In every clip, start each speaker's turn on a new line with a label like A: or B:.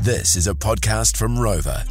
A: This is a podcast from Rover.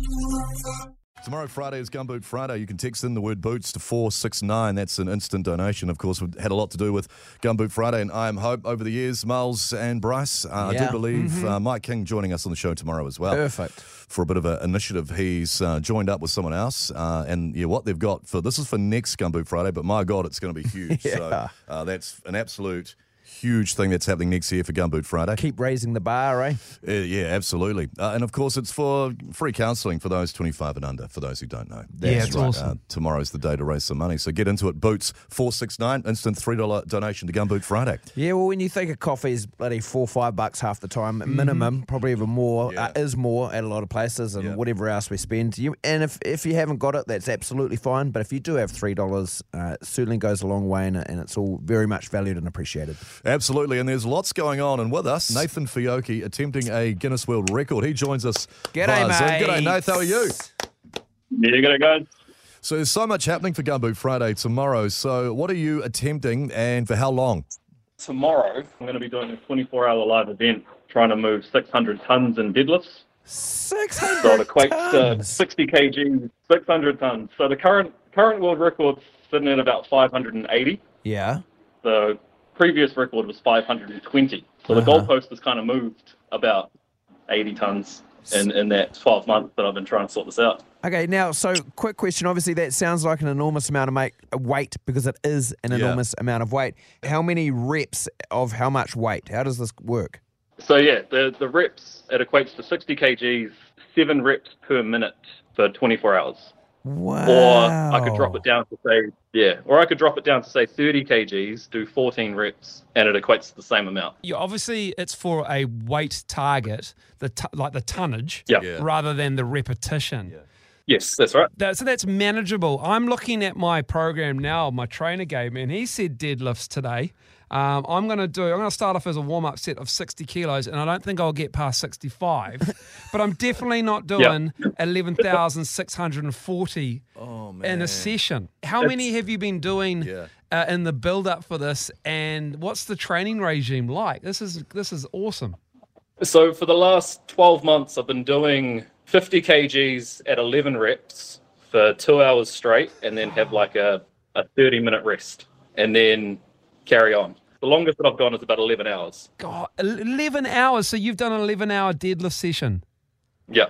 B: Tomorrow, Friday, is Gumboot Friday. You can text in the word boots to 469. That's an instant donation. Of course, it had a lot to do with Gumboot Friday and I Am Hope over the years. Miles and Bryce, uh, I do
C: Yeah. Mm-hmm.
B: believe uh, Mike King joining us on the show tomorrow as well.
C: Perfect.
B: For a bit of an initiative, he's uh, joined up with someone else. Uh, and yeah, what they've got for this is for next Gumboot Friday, but my God, it's going to be huge. So uh, that's an absolute huge thing that's happening next year for Gumboot Friday.
C: Keep raising the bar, eh?
B: Uh, yeah, absolutely. Uh, and of course, it's for free counselling for those 25 and under, for those who don't know. Uh,
C: That's
D: Yeah, it's right. awesome.
B: tomorrow's the day to raise some money. So get into it. Boots 469, instant $3 donation to Gumboot Friday.
C: Yeah, well, when you think of coffee is bloody four, five bucks half the time, minimum, probably even more, uh,
B: Mm-hmm. Yeah.
C: is more at a lot of places and
B: Yeah.
C: whatever else we spend. You And if, if you haven't got it, that's absolutely fine. But if you do have $3, uh, it certainly goes a long way and, and it's all very much valued and appreciated.
B: Absolutely. And there's lots going on. And with us, Nathan Fiocchi attempting a Guinness World Record. He joins us. via Zoom. G'day, Nath. How are you?
E: Yeah, good guys.
B: So there's so much happening for Gumboot Friday tomorrow. So what are you attempting and for how long?
E: Tomorrow, I'm going to be doing a 24 hour live event trying to move 600 tons in deadlifts.
C: 600
E: So it equates to
C: tons.
E: 60 kg, 600 tons. So the current current world record's sitting at about 580.
C: Yeah.
E: The previous record was 520. So the goalpost has kind of moved about 80 tons in, in that 12 months that I've been trying to sort this out.
C: Okay, now, so quick question. Obviously, that sounds like an enormous amount of make, uh, weight because it is an
B: Yeah.
C: enormous amount of weight. How many reps of how much weight? How does this work?
E: So yeah, the, the reps, it equates to 60 kgs, seven reps per minute for 24 hours.
C: Wow.
E: Or I could drop it down to say, yeah, or I could drop it down to say 30 kgs, do 14 reps, and it equates to the same amount.
D: Yeah, obviously it's for a weight target, the t- like the tonnage,
E: Yeah. Yeah.
D: rather than the repetition.
E: Yes, that's right.
D: That, so that's manageable. I'm looking at my program now. My trainer gave me, and he said deadlifts today. Um, I'm going to do. I'm going to start off as a warm up set of 60 kilos, and I don't think I'll get past 65. but I'm definitely not doing 11,640 in a session. How many have you been doing
B: Yeah.
D: uh, in the build up for this? And what's the training regime like? This is this is awesome.
E: So for the last 12 months, I've been doing 50 kgs at 11 reps for two hours straight, and then have like a, a 30 minute rest, and then carry on. The longest that I've gone is about 11 hours.
D: God, 11 hours. So you've done an 11 hour deadlift session.
E: Yeah.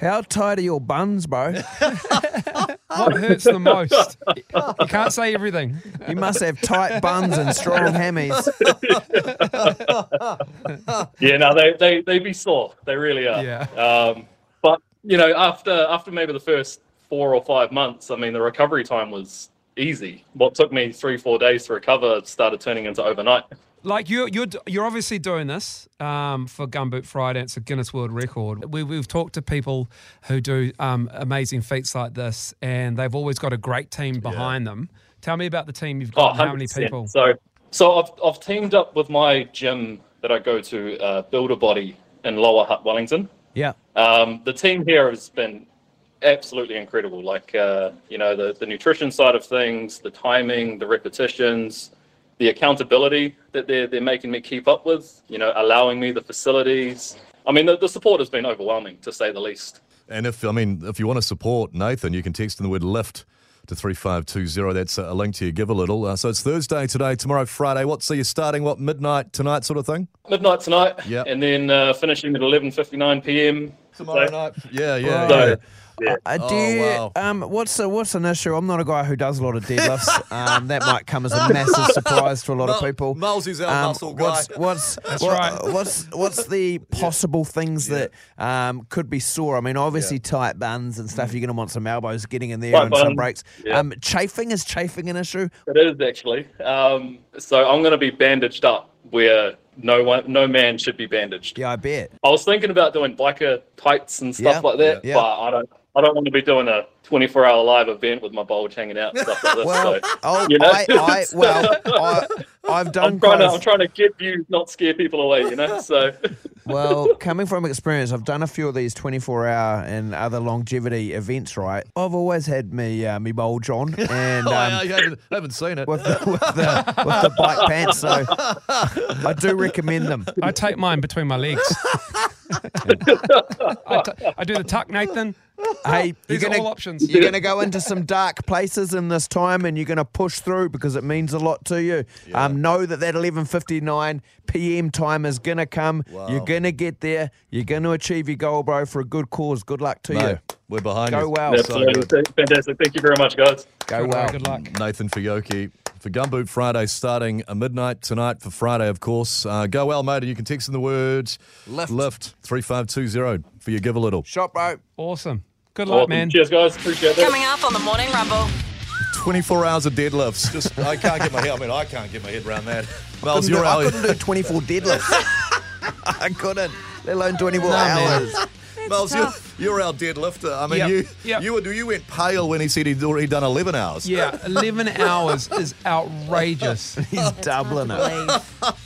C: How tight are your buns, bro?
D: What hurts the most? You can't say everything.
C: You must have tight buns and strong hammies.
B: Oh,
E: Yeah, no, they, they, they be sore. They really are.
D: Yeah.
E: Um, but you know, after after maybe the first four or five months, I mean, the recovery time was easy. What took me three four days to recover started turning into overnight.
D: Like you're you're d- you're obviously doing this um, for Gumboot Friday. It's a Guinness World Record. We, we've talked to people who do um, amazing feats like this, and they've always got a great team behind them. Tell me about the team you've got.
E: Oh,
D: and how many
E: 100%.
D: people?
E: So, so I've, I've teamed up with my gym that I go to, uh, Build a Body in Lower Hutt, Wellington.
C: Yeah.
E: Um, the team here has been absolutely incredible. Like, uh, you know, the, the nutrition side of things, the timing, the repetitions, the accountability that they're, they're making me keep up with, you know, allowing me the facilities. I mean, the, the support has been overwhelming, to say the least.
B: And if I mean, if you want to support Nathan, you can text in the word lift to three five two zero. That's a link to your give a little. Uh, so it's Thursday today, tomorrow Friday. What? So you're starting what midnight tonight, sort of thing.
E: Midnight tonight,
B: Yep.
E: and then uh, finishing at 11.59 p.m. So-
B: night. Yeah, yeah.
E: So-
B: yeah.
C: Uh, do
B: Oh,
C: you-
B: wow.
C: um, what's a, what's an issue? I'm not a guy who does a lot of deadlifts. um, that might come as a massive surprise to a lot of
B: Mul-
C: people.
B: Mulls is Oh, our muscle guy.
C: Um, What's what's what-
D: right.
C: what's what's the possible things that um, could be sore? I mean, obviously tight buns and stuff. You're going to want some elbows getting in there
E: Mm. Tight
C: and some
E: buns,
C: breaks.
E: yeah.
C: Um, chafing is chafing an issue?
E: It is actually. Um, so I'm going to be bandaged up where no one, no man should be bandaged.
C: Yeah, I bet.
E: I was thinking about doing biker tights and stuff
C: Yeah,
E: like that,
C: yeah.
E: but I don't. I don't want to be doing a 24-hour live event with my bulge hanging out and stuff like this.
C: Well,
E: so
C: oh,
E: you know?
C: I, I, well, I, I've done
E: I'm
C: quite
E: trying to
C: a-
E: I'm trying to get views, not scare people away. You know, so
C: Well, coming from experience, I've done a few of these 24 hour and other longevity events, right? I've always had me, uh, me bulge on and
B: Oh,
C: um,
B: yeah, you haven't, haven't seen it.
C: with, the, with, the, with the bike pants. So I do recommend them.
D: I take mine between my legs. I, t- I do the tuck, Nathan.
C: Hey,
D: These
C: you're
D: are
C: gonna,
D: all options.
C: You're going to go into some dark places in this time, and you're going to push through because it means a lot to you. Um, know that that 11:59 p.m. time is going to come. You're going to get there. You're going to achieve your goal, bro, for a good cause. Good luck to
B: No,
C: you.
B: we're behind
C: Go
B: you.
C: well.
B: So
E: Absolutely.
B: good.
E: Fantastic. Thank you very much, guys.
C: Go well.
D: Good luck.
B: Nathan Fiocchi for Gumboot Friday, starting at midnight tonight for Friday, of course. Uh, go well, mate. and You can text in the words
C: Lift.
B: lift 3520 for your give a little.
C: Shot, bro.
D: Awesome. Good luck,
E: Awesome.
D: man.
E: Cheers, guys. Appreciate that.
F: Coming up on the Morning Rumble.
B: 24 hours of deadlifts. Just I can't get my head. I mean, I can't get my head around that.
D: Oh,
B: Well,
C: Couldn't do-
B: you're
C: I
B: out.
C: couldn't do 24 deadlifts. I couldn't, let alone 24 hours.
B: Miles, you're, you're our deadlifter. I mean,
D: Yep.
B: you
D: Yep.
B: you were, you went pale when he said he'd already done 11 hours.
D: Yeah, 11 hours is outrageous.
C: He's doubling it.
F: Believe.